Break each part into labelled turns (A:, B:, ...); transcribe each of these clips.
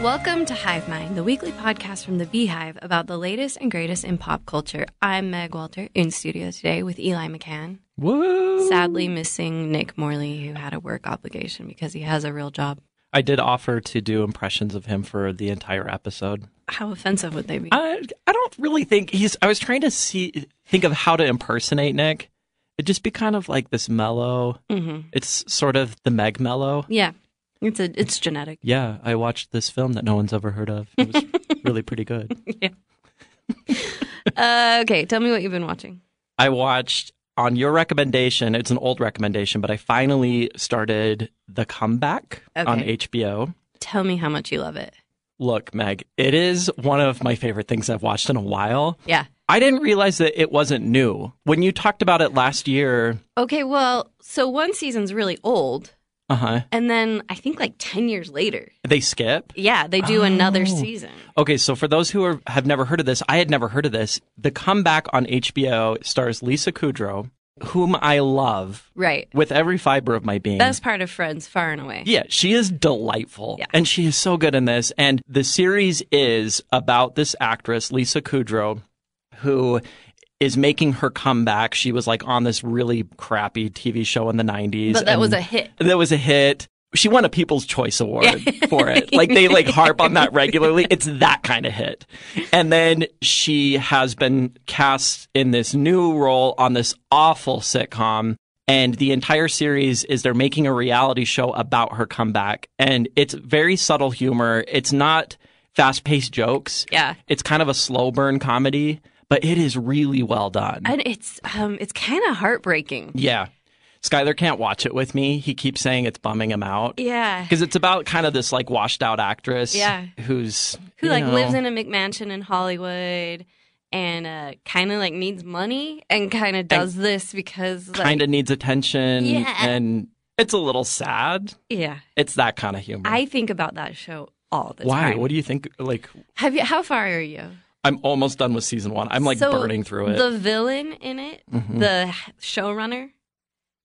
A: Welcome to Hive Mind, the weekly podcast from the Beehive about the latest and greatest in pop culture. I'm Meg Walter in studio today with Eli McCann.
B: Woo!
A: Sadly, missing Nick Morley, who had a work obligation because he has a real job.
B: I did offer to do impressions of him for the entire episode.
A: How offensive would they be?
B: I I don't really think he's. I was trying to see think of how to impersonate Nick. It'd just be kind of like this mellow.
A: hmm
B: It's sort of the Meg mellow.
A: Yeah, it's a it's genetic.
B: Yeah, I watched this film that no one's ever heard of. It was really pretty good.
A: Uh, okay, tell me what you've been watching.
B: I watched on your recommendation. It's an old recommendation, but I finally started The Comeback on
A: Okay.
B: HBO.
A: Tell me how much you love it.
B: Look, Meg, it is one of my favorite things I've watched in a while.
A: Yeah.
B: I didn't realize that it wasn't new. When you talked about it last year,
A: Okay, well, so one season's really old,
B: uh-huh,
A: and then I think like ten years later,
B: they skip.
A: yeah, they do another
B: Oh.
A: season.
B: Okay, so for those who are, have never heard of this, I had never heard of this. The comeback on HBO stars Lisa Kudrow, whom I love
A: Right.
B: with every fiber of my being.
A: Best part of Friends, far and away.
B: Yeah, she is delightful.
A: Yeah.
B: And she is so good in this. And the series is about this actress, Lisa Kudrow, who is making her comeback. She was like on this really crappy TV show in the 90s.
A: But that was
B: and
A: a hit.
B: That was a hit. She won a People's Choice Award for it. Like they like harp on that regularly. It's that kind of hit. And then she has been cast in this new role on this awful sitcom. And the entire series is they're making a reality show about her comeback. And it's very subtle humor. It's not fast paced jokes.
A: Yeah.
B: It's kind of a slow burn comedy, but it is really well done.
A: And it's um it's kind of heartbreaking.
B: yeah. Skyler can't watch it with me. He keeps saying it's bumming him out.
A: Yeah.
B: Because it's about kind of this like washed out actress
A: Yeah.
B: who's
A: Who
B: you
A: like
B: know-
A: lives in a McMansion in Hollywood and uh kind of like needs money and kind of does this because like
B: kind of needs attention
A: Yeah.
B: and it's a little sad.
A: yeah.
B: It's that kind of humor.
A: I think about that show all the
B: Why?
A: time.
B: What do you think? Like,
A: Have you how far are you?
B: I'm almost done with season one. I'm like
A: So,
B: burning through it.
A: The villain in it,
B: Mhm.
A: the showrunner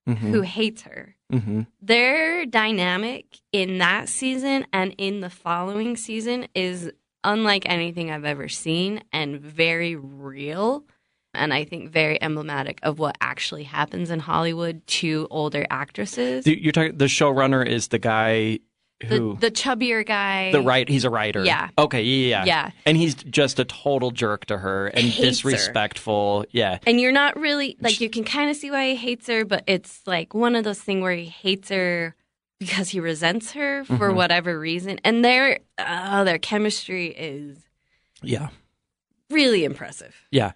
B: Mhm.
A: who hates her.
B: Mhm.
A: Their dynamic in that season and in the following season is unlike anything I've ever seen and very real. And I think very emblematic of what actually happens in Hollywood to older actresses.
B: The- You're talking. The showrunner is the guy
A: the,
B: who
A: the chubbier guy.
B: the right. He's a writer.
A: Yeah.
B: Okay. Yeah. Yeah.
A: Yeah.
B: And he's just a total jerk to her and
A: Hates her.
B: disrespectful. Yeah.
A: And you're not really like you can kind of see why he hates her, but it's like one of those things where he hates her because he resents her for
B: Mhm.
A: whatever reason. And their oh, their chemistry is
B: Yeah.
A: really impressive.
B: Yeah.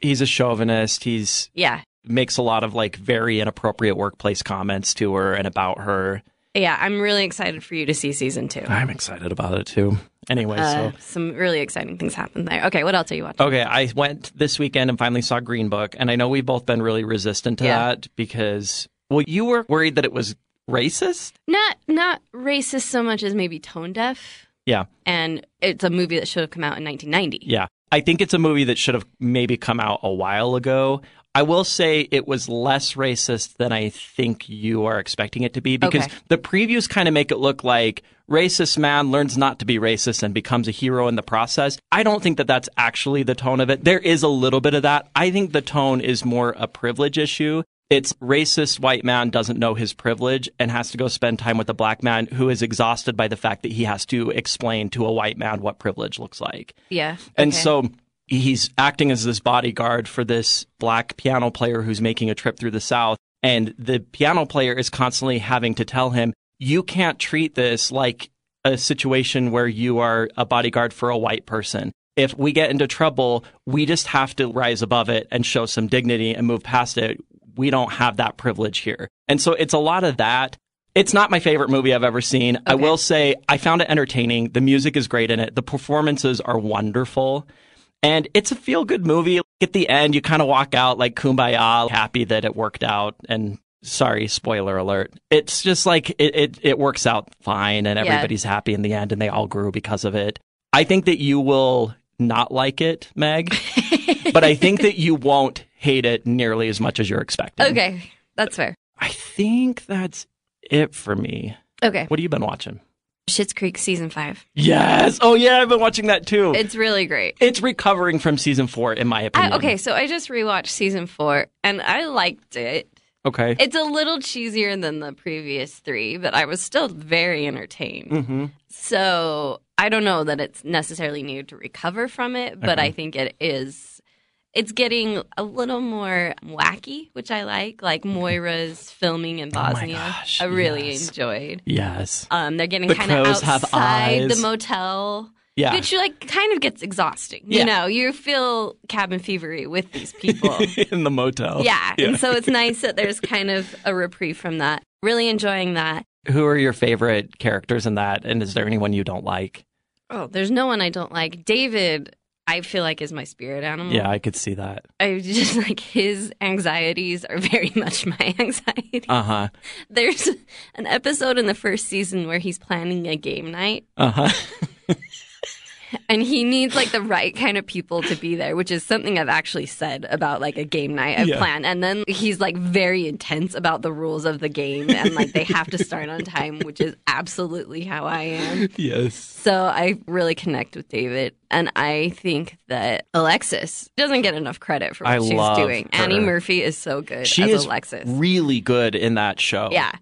B: He's a chauvinist. He's
A: Yeah,
B: makes a lot of like very inappropriate workplace comments to her and about her.
A: yeah. I'm really excited for you to see season two.
B: I'm excited about it too. Anyway,
A: Uh,
B: so Oh.
A: some really exciting things happen there. Okay, what else are you watching?
B: okay, I went this weekend and finally saw Green Book, and I know we've both been really resistant to
A: Yeah.
B: that because well, you were worried that it was racist.
A: Not not racist so much as maybe tone deaf.
B: Yeah.
A: And it's a movie that should have come out in 1990.
B: Yeah. I think it's a movie that should have maybe come out a while ago. I will say it was less racist than I think you are expecting it to be because
A: Okay.
B: the previews kind of make it look like racist man learns not to be racist and becomes a hero in the process. I don't think that that's actually the tone of it. There is a little bit of that. I think the tone is more a privilege issue. It's racist white man doesn't know his privilege and has to go spend time with a black man who is exhausted by the fact that he has to explain to a white man what privilege looks like.
A: Yeah.
B: And
A: okay.
B: so he's acting as this bodyguard for this black piano player who's making a trip through the South. And the piano player is constantly having to tell him, you can't treat this like a situation where you are a bodyguard for a white person. If we get into trouble, we just have to rise above it and show some dignity and move past it. We don't have that privilege here. And so it's a lot of that. It's not my favorite movie I've ever seen. I
A: Okay.
B: will say I found it entertaining. The music is great in it. The performances are wonderful. And it's a feel good movie. At the end, you kind of walk out like kumbaya, happy that it worked out. And sorry, spoiler alert. It's just like it, it, it works out fine and
A: Yeah.
B: everybody's happy in the end and they all grew because of it. I think that you will not like it, Meg, but I think that you won't hate it nearly as much as you're expecting.
A: okay, that's fair.
B: I think that's it for me.
A: Okay.
B: What have you been watching?
A: Schitt's Creek season five.
B: Yes. Oh yeah, I've been watching that too. It's,
A: It's really great.
B: recovering from season four, in my
A: I,
B: opinion.
A: okay, so I just rewatched season four and I liked it.
B: Okay.
A: It's a little cheesier than the previous three, but I was still very entertained.
B: hmm
A: So I don't know that it's necessarily needed to recover from it, but
B: Okay.
A: I think it is. It's getting a little more wacky, which I like. Like Moira's filming in
B: Mm-hmm. Oh my
A: Bosnia,
B: gosh,
A: I really
B: yes.
A: enjoyed.
B: Yes.
A: Um, they're getting
B: The
A: kind of
B: crows have
A: outside the
B: eyes.
A: motel,
B: Yeah.
A: which like kind of gets exhausting.
B: Yeah.
A: You know, you feel cabin fevery with these people.
B: in the motel.
A: yeah,
B: Yeah.
A: and so it's nice that there's kind of a reprieve from that. Really enjoying that.
B: Who are your favorite characters in that? And is there anyone you don't like?
A: Oh, there's no one I don't like. David, I feel like is my spirit animal.
B: Yeah, I could see that.
A: I just like his anxieties are very much my anxiety.
B: Uh huh.
A: There's an episode in the first season where he's planning a game night
B: Uh huh.
A: and he needs like the right kind of people to be there, which is something I've actually said about like a game night I've
B: Yeah.
A: planned. And then he's like very intense about the rules of the game and like they have to start on time, which is absolutely how I am.
B: yes.
A: So I really connect with David, and I think that Alexis doesn't get enough credit for what
B: I
A: she's
B: love
A: doing.
B: her.
A: Annie Murphy is so good
B: She
A: as
B: is
A: Alexis.
B: really good in that show.
A: yeah,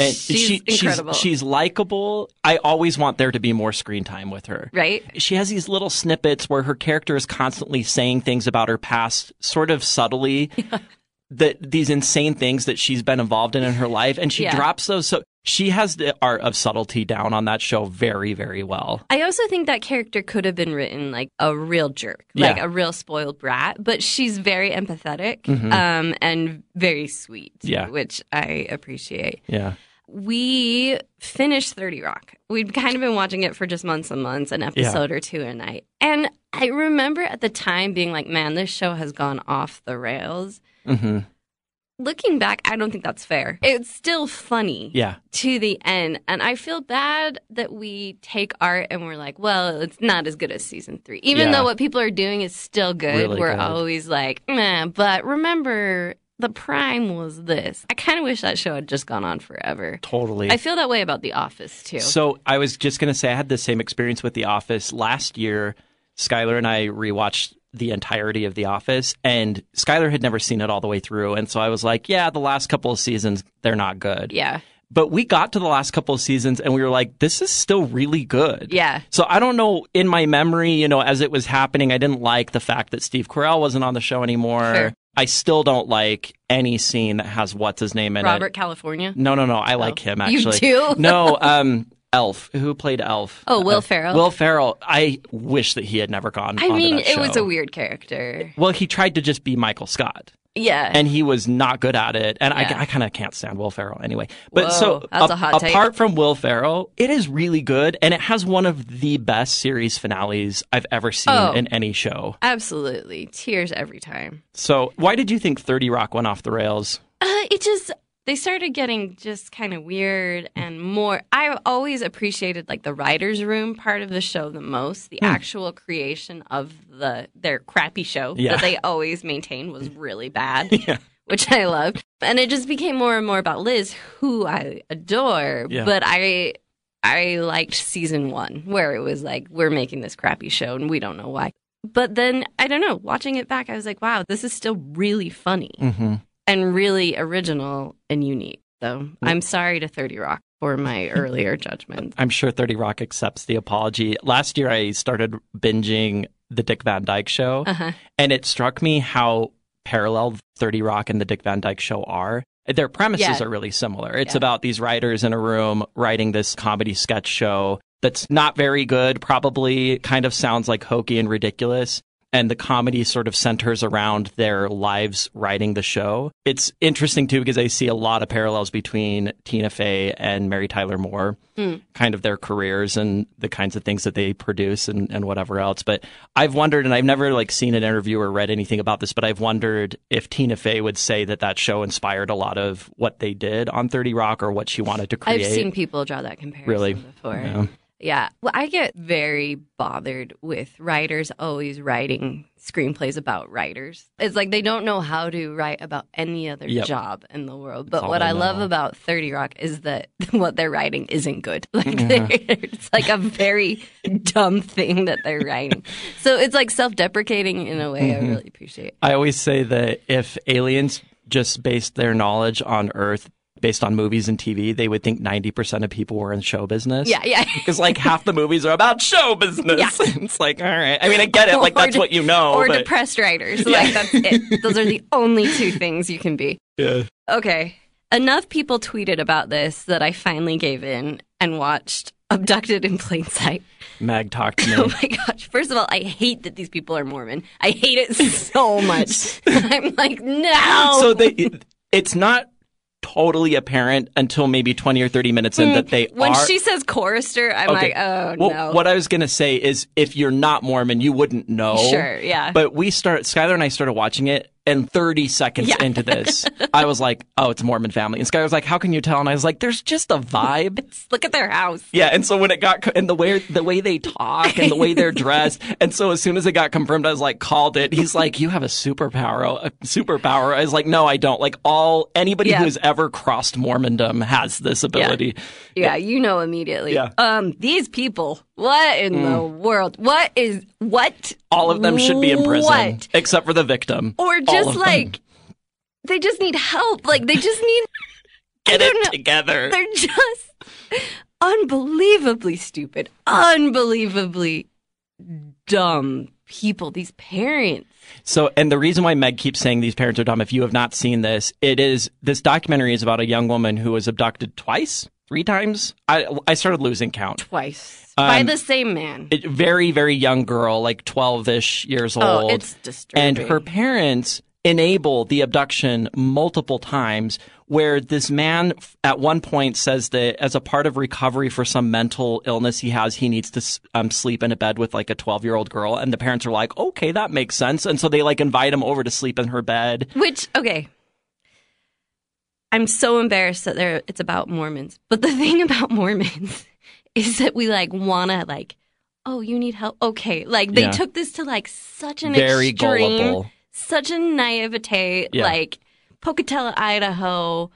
B: And
A: she's
B: she-
A: incredible,
B: She's, she's likable. I always want there to be more screen time with her.
A: right?
B: She has these little snippets where her character is constantly saying things about her past, sort of subtly, that these insane things that she's been involved in in her life, and she
A: Yeah.
B: drops those. So she has the art of subtlety down on that show very, very well.
A: I also think that character could have been written like a real jerk, like
B: Yeah.
A: a real spoiled brat, but she's very empathetic
B: Mhm.
A: um, and very sweet,
B: Yeah.
A: which I appreciate.
B: Yeah.
A: we finished 30 Rock. We'd kind of been watching it for just months and months, an episode or two a night. And I remember at the time being like, man, this show has gone off the rails.
B: hmm
A: Looking back, I don't think that's fair. It's still funny
B: Yeah.
A: to the end. And I feel bad that we take art and we're like, well, it's not as good as season three. Even
B: Yeah.
A: though what people are doing is still good,
B: Really
A: we're
B: good.
A: always like, meh, but remember, the prime was this. I kind of wish that show had just gone on forever.
B: Totally.
A: I feel that way about The Office too.
B: So I was just going to say I had the same experience with The Office last year. Skylar and I rewatched the entirety of The Office, and Skylar had never seen it all the way through, and so I was like, "Yeah, the last couple of seasons they're not good."
A: yeah,
B: But we got to the last couple of seasons, and we were like, "This is still really good."
A: yeah,
B: So I don't know. In my memory, you know, as it was happening, I didn't like the fact that Steve Carell wasn't on the show anymore.
A: Sure.
B: I still don't like any scene that has what's his name in
A: Robert
B: it.
A: California.
B: No, no, no. I like him actually.
A: You do?
B: no, um, Elf. Who played Elf?
A: Oh, Will
B: Uh,
A: Ferrell.
B: Will Ferrell. I wish that he had never gone.
A: I
B: onto
A: mean,
B: that
A: it was
B: show.
A: a weird character.
B: Well, he tried to just be Michael Scott,
A: Yeah,
B: and he was not good at it. And
A: Yeah.
B: I, I kind of can't stand Will Ferrell anyway. But
A: Whoa,
B: so
A: that's
B: a-
A: a hot take.
B: apart from Will Ferrell, it is really good, and it has one of the best series finales I've ever seen
A: Oh.
B: in any show.
A: absolutely. Tears every time.
B: So, why did you think Thirty Rock went off the rails?
A: Uh, it just they started getting just kind of weird and more. I always appreciated like the writers' room part of the show the most.
B: Hmm.
A: The actual creation of the their crappy show
B: Yeah.
A: that they always maintained was really bad. Which I loved. And it just became more and more about Liz, who I adore.
B: Yeah.
A: But I I liked season one, where it was like, we're making this crappy show and we don't know why. But then, I don't know, watching it back, I was like, wow, this is still really funny
B: Mm-hmm.
A: and really original and unique. So I'm sorry to 30 Rock for my earlier judgment.
B: I'm sure 30 Rock accepts the apology. Last year, I started binging The Dick Van Dyke Show,
A: Uh-huh.
B: and it struck me how parallel 30 Rock and The Dick Van Dyke Show are. Their premises
A: Yeah.
B: are really similar. It's
A: Yeah.
B: about these writers in a room writing this comedy sketch show that's not very good, probably kind of sounds like hokey and ridiculous. And the comedy sort of centers around their lives writing the show. It's interesting too because I see a lot of parallels between Tina Fey and Mary Tyler Moore kind of their careers and the kinds of things that they produce and, and whatever else. But I've wondered, and I've never like seen an interview or read anything about this, but I've wondered if Tina Fey would say that that show inspired a lot of what they did on 30 Rock or what she wanted to create.
A: I've seen people draw that comparison
B: Really?
A: before.
B: Yeah.
A: Yeah. Yeah. Well, I get very bothered with writers always writing screenplays about writers. It's like they don't know how to write about any other
B: Yep.
A: job in the world. But
B: all
A: what
B: they
A: I love
B: know.
A: about 30 Rock is that what they're writing isn't good. Like
B: Yeah.
A: they're- it's like a very dumb thing that they're writing. So it's like self-deprecating in a way
B: Mm-hmm.
A: I really appreciate.
B: I always say that if aliens just based their knowledge on Earth based on movies and TV, they would think 90% of people were in show business.
A: Yeah, yeah.
B: Because like half the movies are about show business.
A: Yeah.
B: it's like, all right. I mean, I get it. Like,
A: Or
B: that's
A: de-
B: what you know.
A: or
B: but,
A: depressed writers. Like that's it. Those are the only two things you can be.
B: yeah.
A: Okay. Enough people tweeted about this that I finally gave in and watched Abducted in Plain Sight.
B: Mag talked
A: Oh
B: to me.
A: my gosh. First of all, I hate that these people are Mormon. I hate it so much. I'm like, no.
B: so they, it- it's not totally apparent until maybe 20 or 30 minutes in that they
A: Hmm. when
B: are.
A: she says chorister, I'm
B: Okay.
A: like, oh
B: well,
A: no.
B: What I was going to say is if you're not Mormon, you wouldn't know.
A: Sure, yeah.
B: But we start, Skylar and I started watching it, and 30 seconds
A: Yeah.
B: into this, I was like, oh, it's a Mormon family. And Skylar was like, how can you tell? And I was like, there's just a vibe.
A: Look at their house.
B: Yeah, and so when it got and the way the way they talk and the way they're dressed, and so as soon as it got confirmed, I was like, called it. He's like, you have a superpower, a superpower. I was like, no, I don't. Like all anybody
A: Yeah.
B: who has ever crossed Mormondom has this ability.
A: Yeah, you know immediately.
B: Yeah. Mm.
A: Um, these people, what in the world? What is what?
B: All of them should be in prison
A: What?
B: except for the victim.
A: Or
B: All
A: just
B: of them.
A: like they just need help. Like they just need
B: get
A: I
B: it
A: don't know.
B: together.
A: They're just unbelievably stupid, unbelievably dumb people, these parents.
B: So, and the reason why Meg keeps saying these parents are dumb, if you have not seen this, it is this documentary is about a young woman who was abducted twice, three times. I I started losing count.
A: Twice. By
B: Um,
A: the same man.
B: It, very very young girl, like twelve ish years old.
A: oh, it's disturbing.
B: and her parents enable the abduction multiple times where this man f- at one point says that as a part of recovery for some mental illness he has he needs to s- um, sleep in a bed with like a 12 year old girl and the parents are like okay that makes sense and so they like invite him over to sleep in her bed
A: Which, okay. I'm so embarrassed that there it's about Mormons. But the thing about Mormons is that we like wanna like, oh, you need help. Okay. Like they
B: Yeah.
A: took this to like such an
B: very
A: extreme
B: gullible
A: such a naivete,
B: Yeah.
A: like Pocatello, Idaho,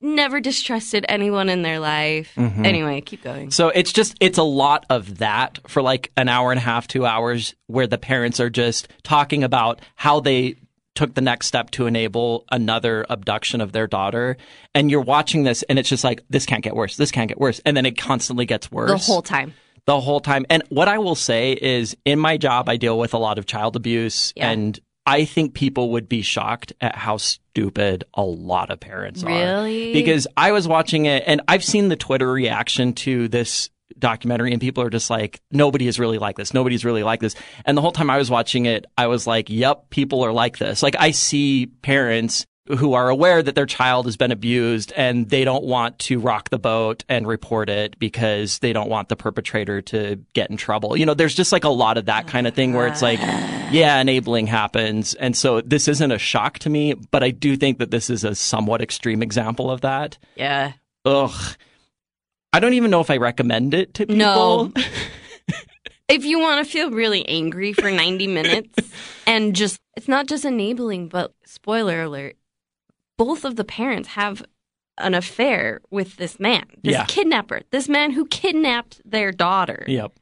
A: never distrusted anyone in their life.
B: Mhm.
A: Anyway, keep going.
B: So it's just it's a lot of that for like an hour and a half, two hours, where the parents are just talking about how they took the next step to enable another abduction of their daughter. And you're watching this and it's just like, this can't get worse, this can't get worse. And then it constantly gets worse
A: The whole time.
B: the whole time. And what I will say is in my job I deal with a lot of child abuse
A: Yeah.
B: and I think people would be shocked at how stupid a lot of parents are
A: Really?
B: because I was watching it and I've seen the Twitter reaction to this documentary and people are just like nobody is really like this nobody's really like this and the whole time I was watching it I was like yep people are like this like I see parents who are aware that their child has been abused and they don't want to rock the boat and report it because they don't want the perpetrator to get in trouble you know there's just like a lot of that kind of thing where it's like yeah enabling happens and so this isn't a shock to me but I do think that this is a somewhat extreme example of that
A: yeah.
B: ugh. I don't even know if I recommend it to
A: No.
B: people.
A: If you want to feel really angry for 90 minutes and just, it's not just enabling, but spoiler alert, both of the parents have an affair with this man, this
B: Yeah.
A: kidnapper, this man who kidnapped their daughter.
B: Yep.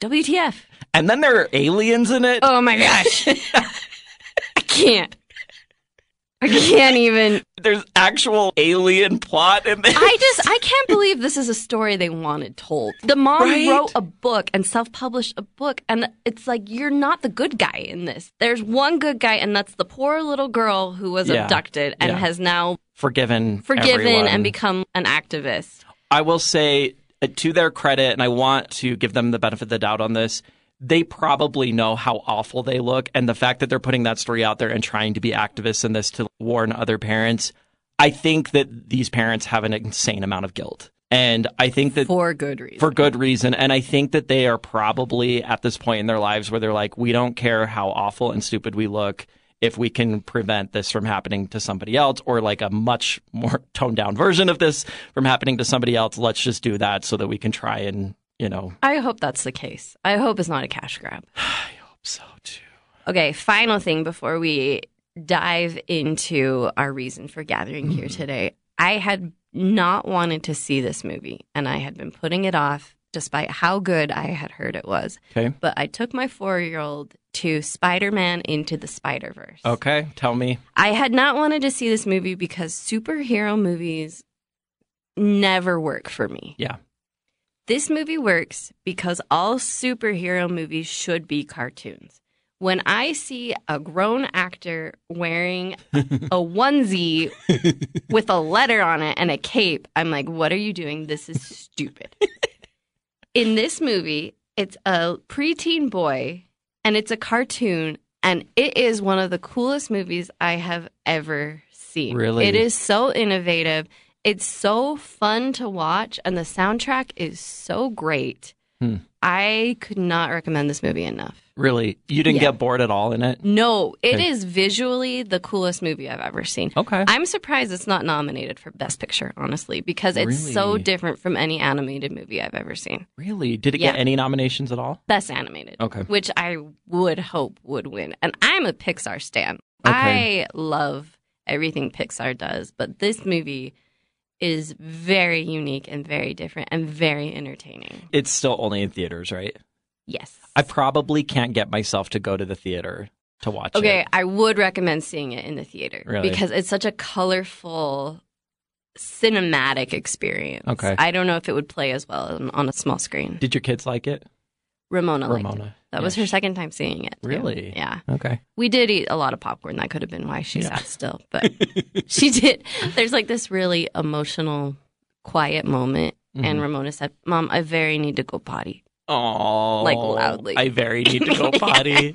A: WTF.
B: And then there are aliens in it.
A: Oh my gosh. I can't. I can't even.
B: There's actual alien plot in there.
A: I just, I can't believe this is a story they wanted told. The mom
B: Right?
A: wrote a book and self published a book, and it's like, you're not the good guy in this. There's one good guy, and that's the poor little girl who was
B: Yeah.
A: abducted and
B: Yeah.
A: has now
B: Forgiven.
A: forgiven
B: everyone.
A: and become an activist.
B: I will say uh, to their credit, and I want to give them the benefit of the doubt on this. They probably know how awful they look, and the fact that they're putting that story out there and trying to be activists in this to warn other parents. I think that these parents have an insane amount of guilt, and I think that
A: For good reason.
B: for good reason. And I think that they are probably at this point in their lives where they're like, we don't care how awful and stupid we look. if we can prevent this from happening to somebody else or like a much more toned down version of this from happening to somebody else, let's just do that so that we can try and, you know,
A: I hope that's the case. I hope it's not a cash grab.
B: I hope so too.
A: Okay, final thing before we dive into our reason for gathering here
B: Mm-hmm.
A: today. I had not wanted to see this movie and I had been putting it off despite how good I had heard it was.
B: Okay.
A: But I took my four year old to Spider Man Into the Spider Verse.
B: Okay. Tell me.
A: I had not wanted to see this movie because superhero movies never work for me.
B: Yeah.
A: This movie works because all superhero movies should be cartoons. When I see a grown actor wearing a onesie with a letter on it and a cape, I'm like, what are you doing? This is stupid. In this movie, it's a preteen boy and it's a cartoon, and it is one of the coolest movies I have ever seen.
B: Really?
A: It is so innovative. It's so fun to watch, and the soundtrack is so great.
B: Hmm.
A: I could not recommend this movie enough.
B: Really? You didn't
A: Yeah.
B: get bored at all in it?
A: No, it
B: Okay.
A: is visually the coolest movie I've ever seen.
B: Okay.
A: I'm surprised it's not nominated for Best Picture, honestly, because it's so
B: Really?
A: different from any animated movie I've ever seen.
B: Really? Did it
A: Yeah.
B: get any nominations at all?
A: Best animated,
B: Okay.
A: which I would hope would win. And I'm a Pixar stan.
B: Okay.
A: I love everything Pixar does, but this movie is very unique and very different and very entertaining.
B: It's still only in theaters, right?
A: Yes.
B: I probably can't get myself to go to the theater to watch
A: Okay,
B: it.
A: I would recommend seeing it in the theater
B: Really?
A: because it's such a colorful cinematic experience.
B: Okay.
A: I don't know if it would play as well on, on a small screen.
B: Did your kids like it?
A: Ramona liked it.
B: Ramona.
A: That was
B: Yeah.
A: her second time seeing it. too.
B: Really?
A: Yeah.
B: Okay.
A: We did eat a lot of popcorn. That could have been why she
B: Yeah.
A: sat still, but she did. There's like this really emotional quiet moment
B: Mm-hmm.
A: and Ramona said, "Mom, I very need to go potty."
B: Oh,
A: Like, loudly.
B: I very need to go potty.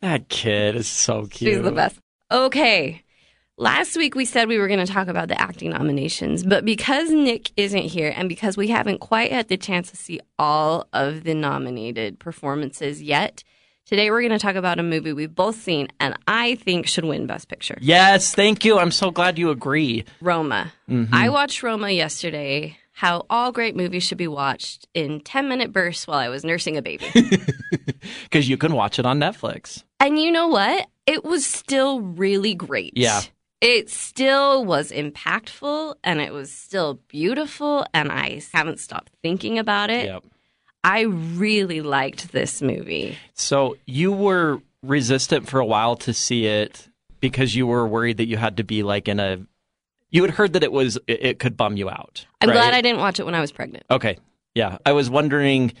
B: that kid is so cute.
A: She's the best. Okay. Last week we said we were going to talk about the acting nominations, but because Nick isn't here and because we haven't quite had the chance to see all of the nominated performances yet, today we're going to talk about a movie we've both seen and I think should win Best Picture
B: Yes, thank you. I'm so glad you agree. Mm-hmm.
A: Roma. I watched Roma yesterday, how all great movies should be watched in 10 minute bursts while I was nursing a baby.
B: Because you can watch it on Netflix.
A: And you know what? It was still really great.
B: Yeah.
A: It still was impactful and it was still beautiful. And I haven't stopped thinking about it.
B: Yep.
A: I really liked this movie.
B: So you were resistant for a while to see it because you were worried that you had to be like in a. You had heard that it was it, it could bum you out.
A: I'm
B: right?
A: glad I didn't watch it when I was pregnant.
B: Okay. Yeah. I was wondering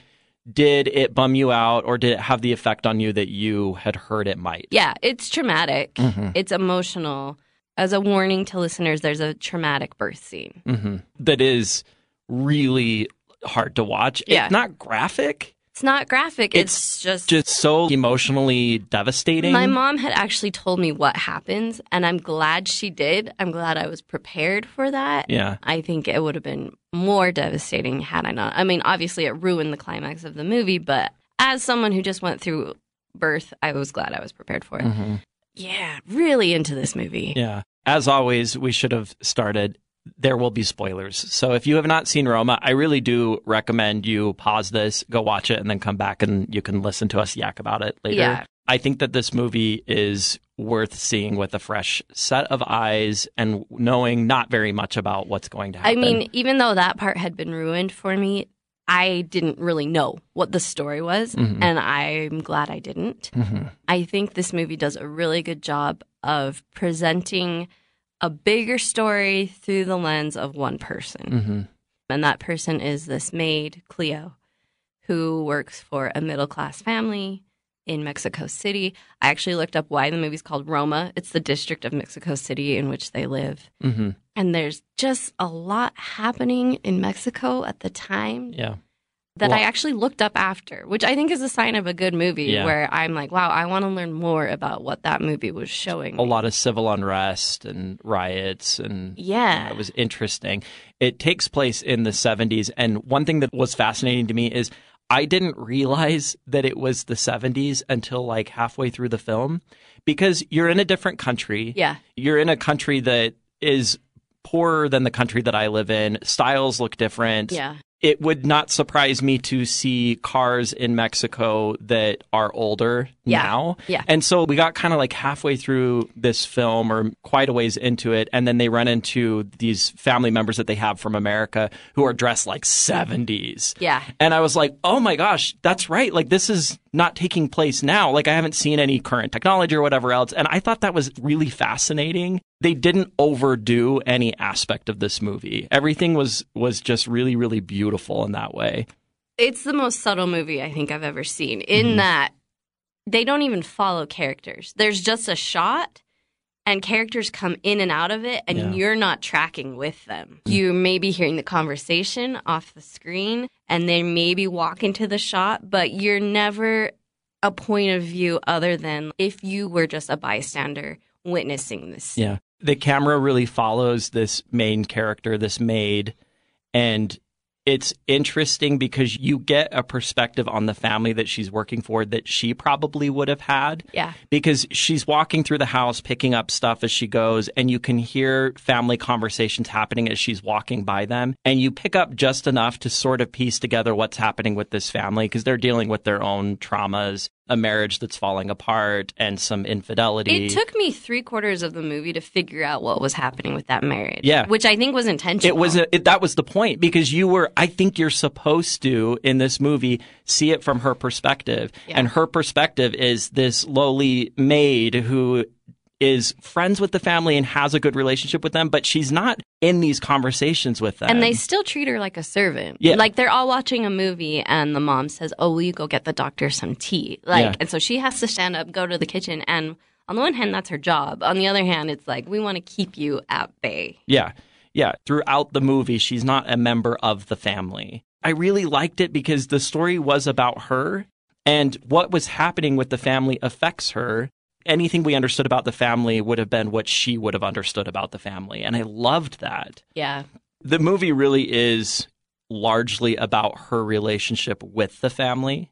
B: did it bum you out or did it have the effect on you that you had heard it might?
A: Yeah, it's traumatic,
B: Mhm.
A: it's emotional. As a warning to listeners, there's a traumatic birth scene.
B: Mhm. That is really hard to watch.
A: Yeah.
B: It's not graphic,
A: It's not graphic, it's,
B: just so emotionally devastating.
A: My mom had actually told me what happens, and I'm glad she did. I'm glad I was prepared for that.
B: yeah.
A: I think it would have been more devastating had I not. I mean, obviously, it ruined the climax of the movie, but as someone who just went through birth, I was glad I was prepared for it.
B: Mhm.
A: Yeah, really into this movie.
B: Yeah. As always, we should have started. There will be spoilers. So if you have not seen Roma, I really do recommend you pause this, go watch it, and then come back and you can listen to us yak about it later.
A: Yeah.
B: I think that this movie is worth seeing with a fresh set of eyes and knowing not very much about what's going to
A: I
B: happen.
A: mean, even though that part had been ruined for me, I didn't really know what the story was,
B: Mhm.
A: and I'm glad I didn't.
B: Mhm.
A: I think this movie does a really good job of presenting a bigger story through the lens of one person.
B: Mhm.
A: And that person is this maid, Cleo, who works for a middle class family in Mexico City. I actually looked up why the movie's called Roma. It's the district of Mexico City in which they live.
B: Mhm.
A: And there's just a lot happening in Mexico at the time
B: Yeah.
A: that I
B: Well-
A: actually looked up after, which I think is a sign of a good movie
B: Yeah.
A: where I'm like, wow, I want to learn more about what that movie was showing.
B: A
A: me.
B: lot of civil unrest and riots and
A: Yeah.
B: It was interesting. It takes place in the 70s. And one thing that was fascinating to me is I didn't realize that it was the 70s until like halfway through the film because you're in a different country.
A: Yeah.
B: You're in a country that is poorer than the country that I live in. Styles look different.
A: Yeah.
B: It would not surprise me to see cars in Mexico that are older
A: Yeah.
B: now.
A: Yeah.
B: And so we got kind of like halfway through this film or quite a ways into it. And then they run into these family members that they have from America who are dressed like 70s.
A: Yeah.
B: And I was like, oh my gosh, that's right. Like, this is not taking place now. Like, I haven't seen any current technology or whatever else. And I thought that was really fascinating. They didn't overdo any aspect of this movie. Everything was, was just really, really beautiful in that way.
A: It's the most subtle movie I think I've ever seen in
B: Mhm.
A: that they don't even follow characters. There's just a shot and characters come in and out of it and
B: Yeah. Mm.
A: you're not tracking with them. You may be hearing the conversation off the screen and they may be walking to the shot, but you're never a point of view other than if you were just a bystander witnessing this.
B: Yeah. The camera really follows this main character, this maid, and it's interesting because you get a perspective on the family that she's working for that she probably would have had.
A: Yeah.
B: Because she's walking through the house picking up stuff as she goes, and you can hear family conversations happening as she's walking by them. And you pick up just enough to sort of piece together what's happening with this family because they're dealing with their own traumas, a marriage that's falling apart, and some infidelity.
A: It took me three quarters of the movie to figure out what was happening with that marriage.
B: Yeah.
A: Which I think was intentional.
B: It was a, it, that was the point because you were. I think you're supposed to in this movie see it from her perspective,
A: Yeah.
B: and her perspective is this lowly maid who is friends with the family and has a good relationship with them, but she's not in these conversations with them.
A: and they still treat her like a servant.
B: Yeah.
A: Like they're all watching a movie and the mom says, Oh, will you go get the doctor some tea? Like
B: Yeah.
A: and so she has to stand up, go to the kitchen and on the one hand that's her job. On the other hand, it's like we want to keep you at bay.
B: Yeah. Yeah. Throughout the movie, she's not a member of the family. I really liked it because the story was about her and what was happening with the family affects her. Anything we understood about the family would have been what she would have understood about the family. And I loved that.
A: Yeah.
B: The movie really is largely about her relationship with the family.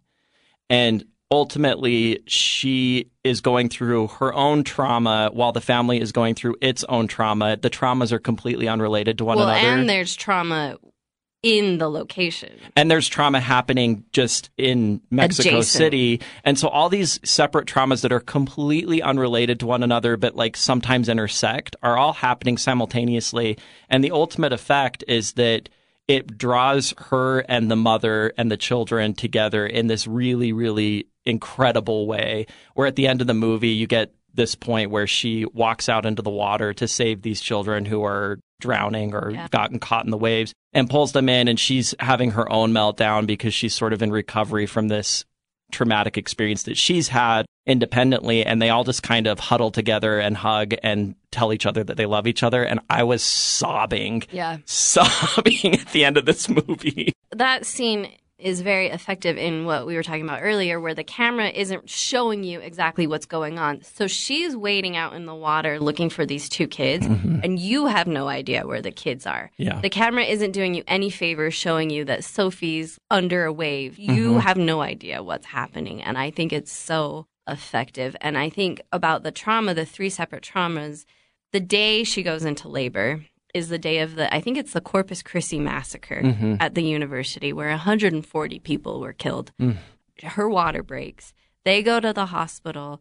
B: And ultimately, she is going through her own trauma while the family is going through its own trauma. The traumas are completely unrelated to one
A: well,
B: another.
A: and there's trauma in the location.
B: And there's trauma happening just in Mexico
A: Adjacent.
B: City. And so all these separate traumas that are completely unrelated to one another, but like sometimes intersect, are all happening simultaneously. And the ultimate effect is that it draws her and the mother and the children together in this really, really incredible way. Where at the end of the movie, you get this point where she walks out into the water to save these children who are drowning or
A: Yeah.
B: gotten caught in the waves and pulls them in and she's having her own meltdown because she's sort of in recovery from this traumatic experience that she's had independently and they all just kind of huddle together and hug and tell each other that they love each other and I was sobbing
A: Yeah.
B: sobbing at the end of this movie.
A: that scene is very effective in what we were talking about earlier, where the camera isn't showing you exactly what's going on. So she's waiting out in the water looking for these two kids,
B: Mm-hmm.
A: and you have no idea where the kids are.
B: Yeah.
A: The camera isn't doing you any favor showing you that Sophie's under a wave. You have no idea what's happening. And I think it's so effective. And I think about the trauma, the three separate traumas, the day she goes into labor is the day of the, I think it's the Corpus Christi massacre
B: Mhm.
A: at the university where 140 people were killed.
B: Mm.
A: Her water breaks. They go to the hospital.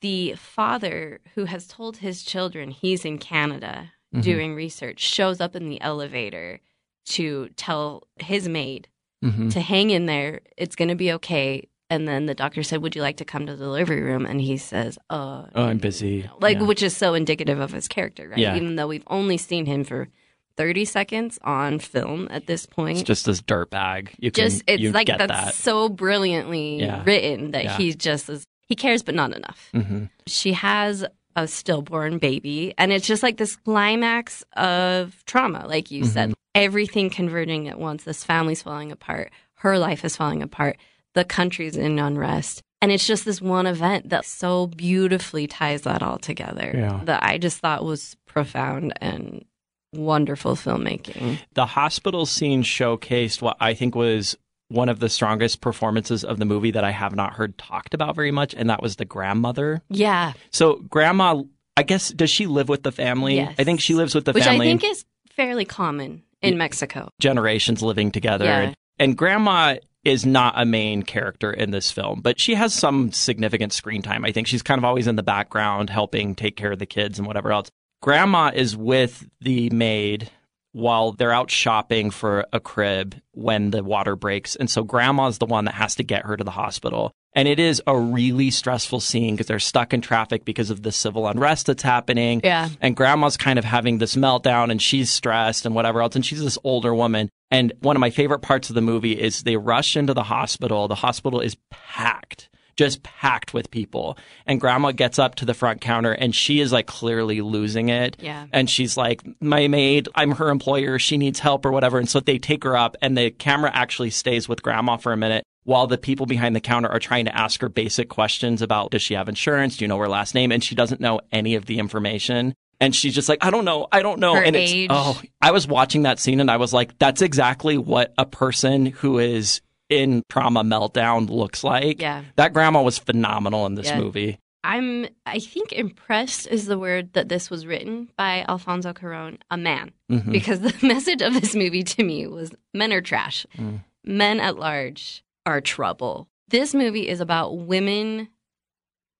A: The father who has told his children he's in Canada
B: Mhm.
A: doing research shows up in the elevator to tell his maid
B: Mhm.
A: to hang in there. It's going to be okay. And then the doctor said, "Would you like to come to the delivery room?" And he says, "Uh,
B: Oh, I'm busy.
A: like
B: Yeah.
A: which is so indicative of his character, right?
B: Yeah.
A: Even though we've only seen him for 30 seconds on film at this point.
B: it's just this dirtbag. You can
A: just it's
B: you
A: like
B: get
A: that's
B: that.
A: so brilliantly
B: Yeah.
A: written that
B: Yeah.
A: he just is he cares but not enough.
B: Mhm.
A: She has a stillborn baby and it's just like this climax of trauma like you said. Everything converging at once. This family's falling apart. Her life is falling apart. The country's in unrest. And it's just this one event that so beautifully ties that all together
B: Yeah.
A: that I just thought was profound and wonderful filmmaking.
B: The hospital scene showcased what I think was one of the strongest performances of the movie that I have not heard talked about very much, and that was the grandmother.
A: Yeah.
B: So, grandma, I guess, does she live with the family?
A: Yes.
B: I think she lives with the
A: Which
B: family.
A: I think is fairly common in Mexico.
B: generations living together.
A: Yeah.
B: And, and grandma is not a main character in this film, but she has some significant screen time. I think she's kind of always in the background helping take care of the kids and whatever else. Grandma is with the maid while they're out shopping for a crib when the water breaks. And so grandma's the one that has to get her to the hospital. And it is a really stressful scene because they're stuck in traffic because of the civil unrest that's happening
A: Yeah.
B: and grandma's kind of having this meltdown and she's stressed and whatever else and she's this older woman and one of my favorite parts of the movie is they rush into the hospital the hospital is packed just packed with people and grandma gets up to the front counter and she is like clearly losing it
A: Yeah.
B: and she's like my maid i'm her employer she needs help or whatever and so they take her up and the camera actually stays with grandma for a minute while the people behind the counter are trying to ask her basic questions about does she have insurance do you know her last name and she doesn't know any of the information and she's just like i don't know i don't know
A: Her
B: and
A: age.
B: it's oh i was watching that scene and i was like that's exactly what a person who is in trauma meltdown looks like
A: Yeah.
B: that grandma was phenomenal in this
A: Yeah.
B: movie
A: I'm, I think impressed is the word that this was written by Alfonso Cuaron, a man,
B: Mhm.
A: because the message of this movie to me was men are trash.
B: Mm.
A: Men at large are trouble. This movie is about women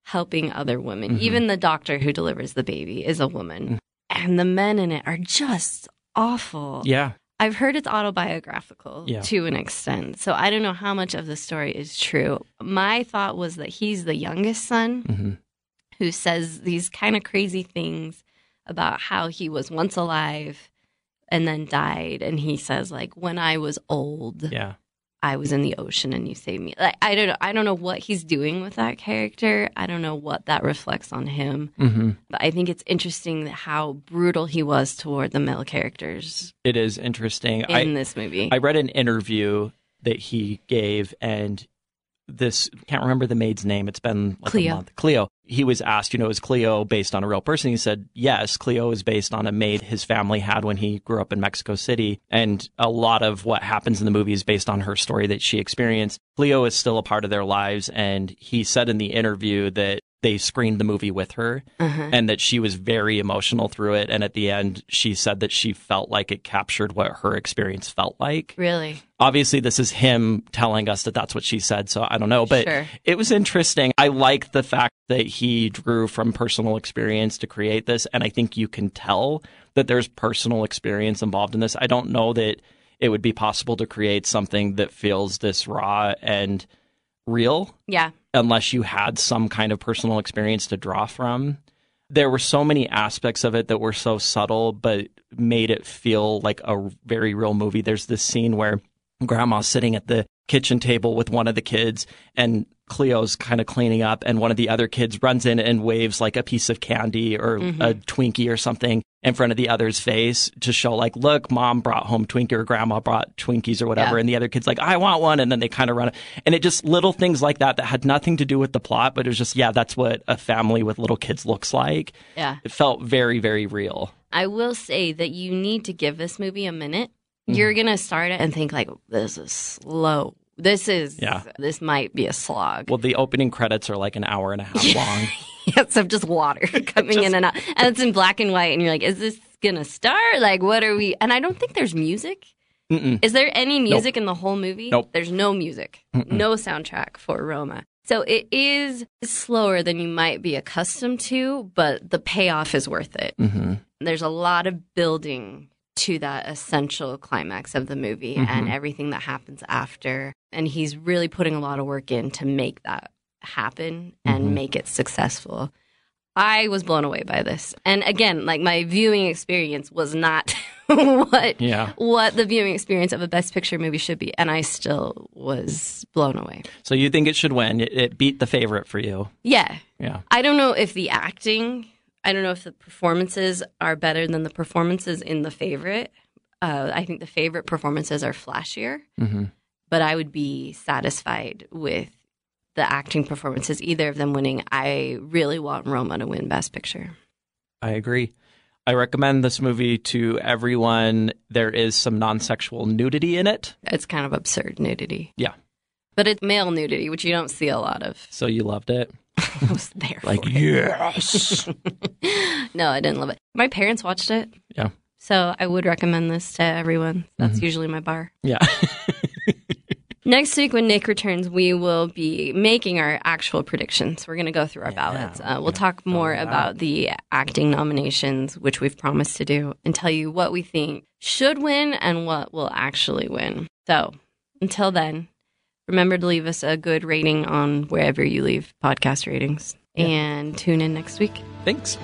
A: helping other women.
B: Mhm.
A: Even the doctor who delivers the baby is a
B: Mm.
A: woman. And the men in it are just awful.
B: yeah
A: I've heard it's autobiographical
B: Yeah.
A: to an extent. So I don't know how much of the story is true. My thought was that he's the youngest son
B: Mhm.
A: who says these kind of crazy things about how he was once alive and then died and he says like when I was old
B: yeah
A: I was in the ocean and you saved me. Like I don't know I don't know what he's doing with that character. I don't know what that reflects on him.
B: hmm
A: But I think it's interesting how brutal he was toward the male characters
B: it is interesting
A: in
B: i
A: this movie.
B: I read an interview that he gave, and this can't remember the maid's name. It's been like
A: Cleo.
B: a month. Cleo. He was asked, you know, is Cleo based on a real person? He said, yes, Cleo is based on a maid his family had when he grew up in Mexico City, and a lot of what happens in the movie is based on her story that she experienced. Cleo is still a part of their lives, and he said in the interview that they screened the movie with her
A: Uh-huh.
B: and that she was very emotional through it and at the end she said that she felt like it captured what her experience felt like
A: Really?
B: obviously this is him telling us that that's what she said so i don't know but
A: Sure.
B: it was interesting i like the fact that he drew from personal experience to create this and i think you can tell that there's personal experience involved in this i don't know that it would be possible to create something that feels this raw and real
A: Yeah.
B: unless you had some kind of personal experience to draw from. There were so many aspects of it that were so subtle, but made it feel like a very real movie. There's this scene where grandma's sitting at the kitchen table with one of the kids, and Cleo's kind of cleaning up, and one of the other kids runs in and waves like a piece of candy or a Twinkie or something in front of the other's face to show, like, look, mom brought home Twinkie or grandma brought Twinkies or whatever.
A: Yeah.
B: And the other kid's like, I want one. And then they kind of run. And it just little things like that that had nothing to do with the plot, but it was just, yeah, that's what a family with little kids looks like.
A: Yeah.
B: It felt very, very real.
A: I will say that you need to give this movie a minute.
B: Mm-hmm.
A: You're going to start it and think like this is slow. This is
B: Yeah.
A: this might be a slog.
B: Well, the opening credits are like an hour and a half long.
A: yes, of just water coming in and out. And it's in black and white and you're like is this going to start? Like what are we And I don't think there's music.
B: Mm-mm.
A: Is there any music in the whole movie?
B: Nope.
A: There's no music. No soundtrack for Roma. So it is slower than you might be accustomed to, but the payoff is worth it.
B: hmm
A: there's a lot of building to that essential climax of the movie and everything that happens after. And he's really putting a lot of work in to make that happen and
B: Mhm.
A: make it successful. I was blown away by this. And again, like my viewing experience was not what
B: Yeah.
A: what the viewing experience of a best picture movie should be and I still was blown away.
B: So you think it should win? It, it beat the favorite for you.
A: Yeah.
B: Yeah.
A: I don't know if the acting, I don't know if the performances are better than the performances in The Favorite. Uh, I think the favorite performances are flashier,
B: hmm
A: but I would be satisfied with the acting performances, either of them winning. I really want Roma to win Best Picture.
B: I agree. I recommend this movie to everyone. There is some non sexual nudity in it.
A: It's kind of absurd nudity.
B: Yeah.
A: But it's male nudity, which you don't see a lot of.
B: So you loved it.
A: I was there.
B: Like,
A: for it.
B: yes.
A: no, I didn't love it. My parents watched it.
B: Yeah. Mm-hmm.
A: So I would recommend this to everyone. That's usually my bar.
B: yeah.
A: Next week, when Nick returns, we will be making our actual predictions. We're going to go through our ballots. Uh, we'll talk more about the acting nominations, which we've promised to do, and tell you what we think should win and what will actually win. So until then, remember to leave us a good rating on wherever you leave podcast ratings and tune in next week.
B: Thanks.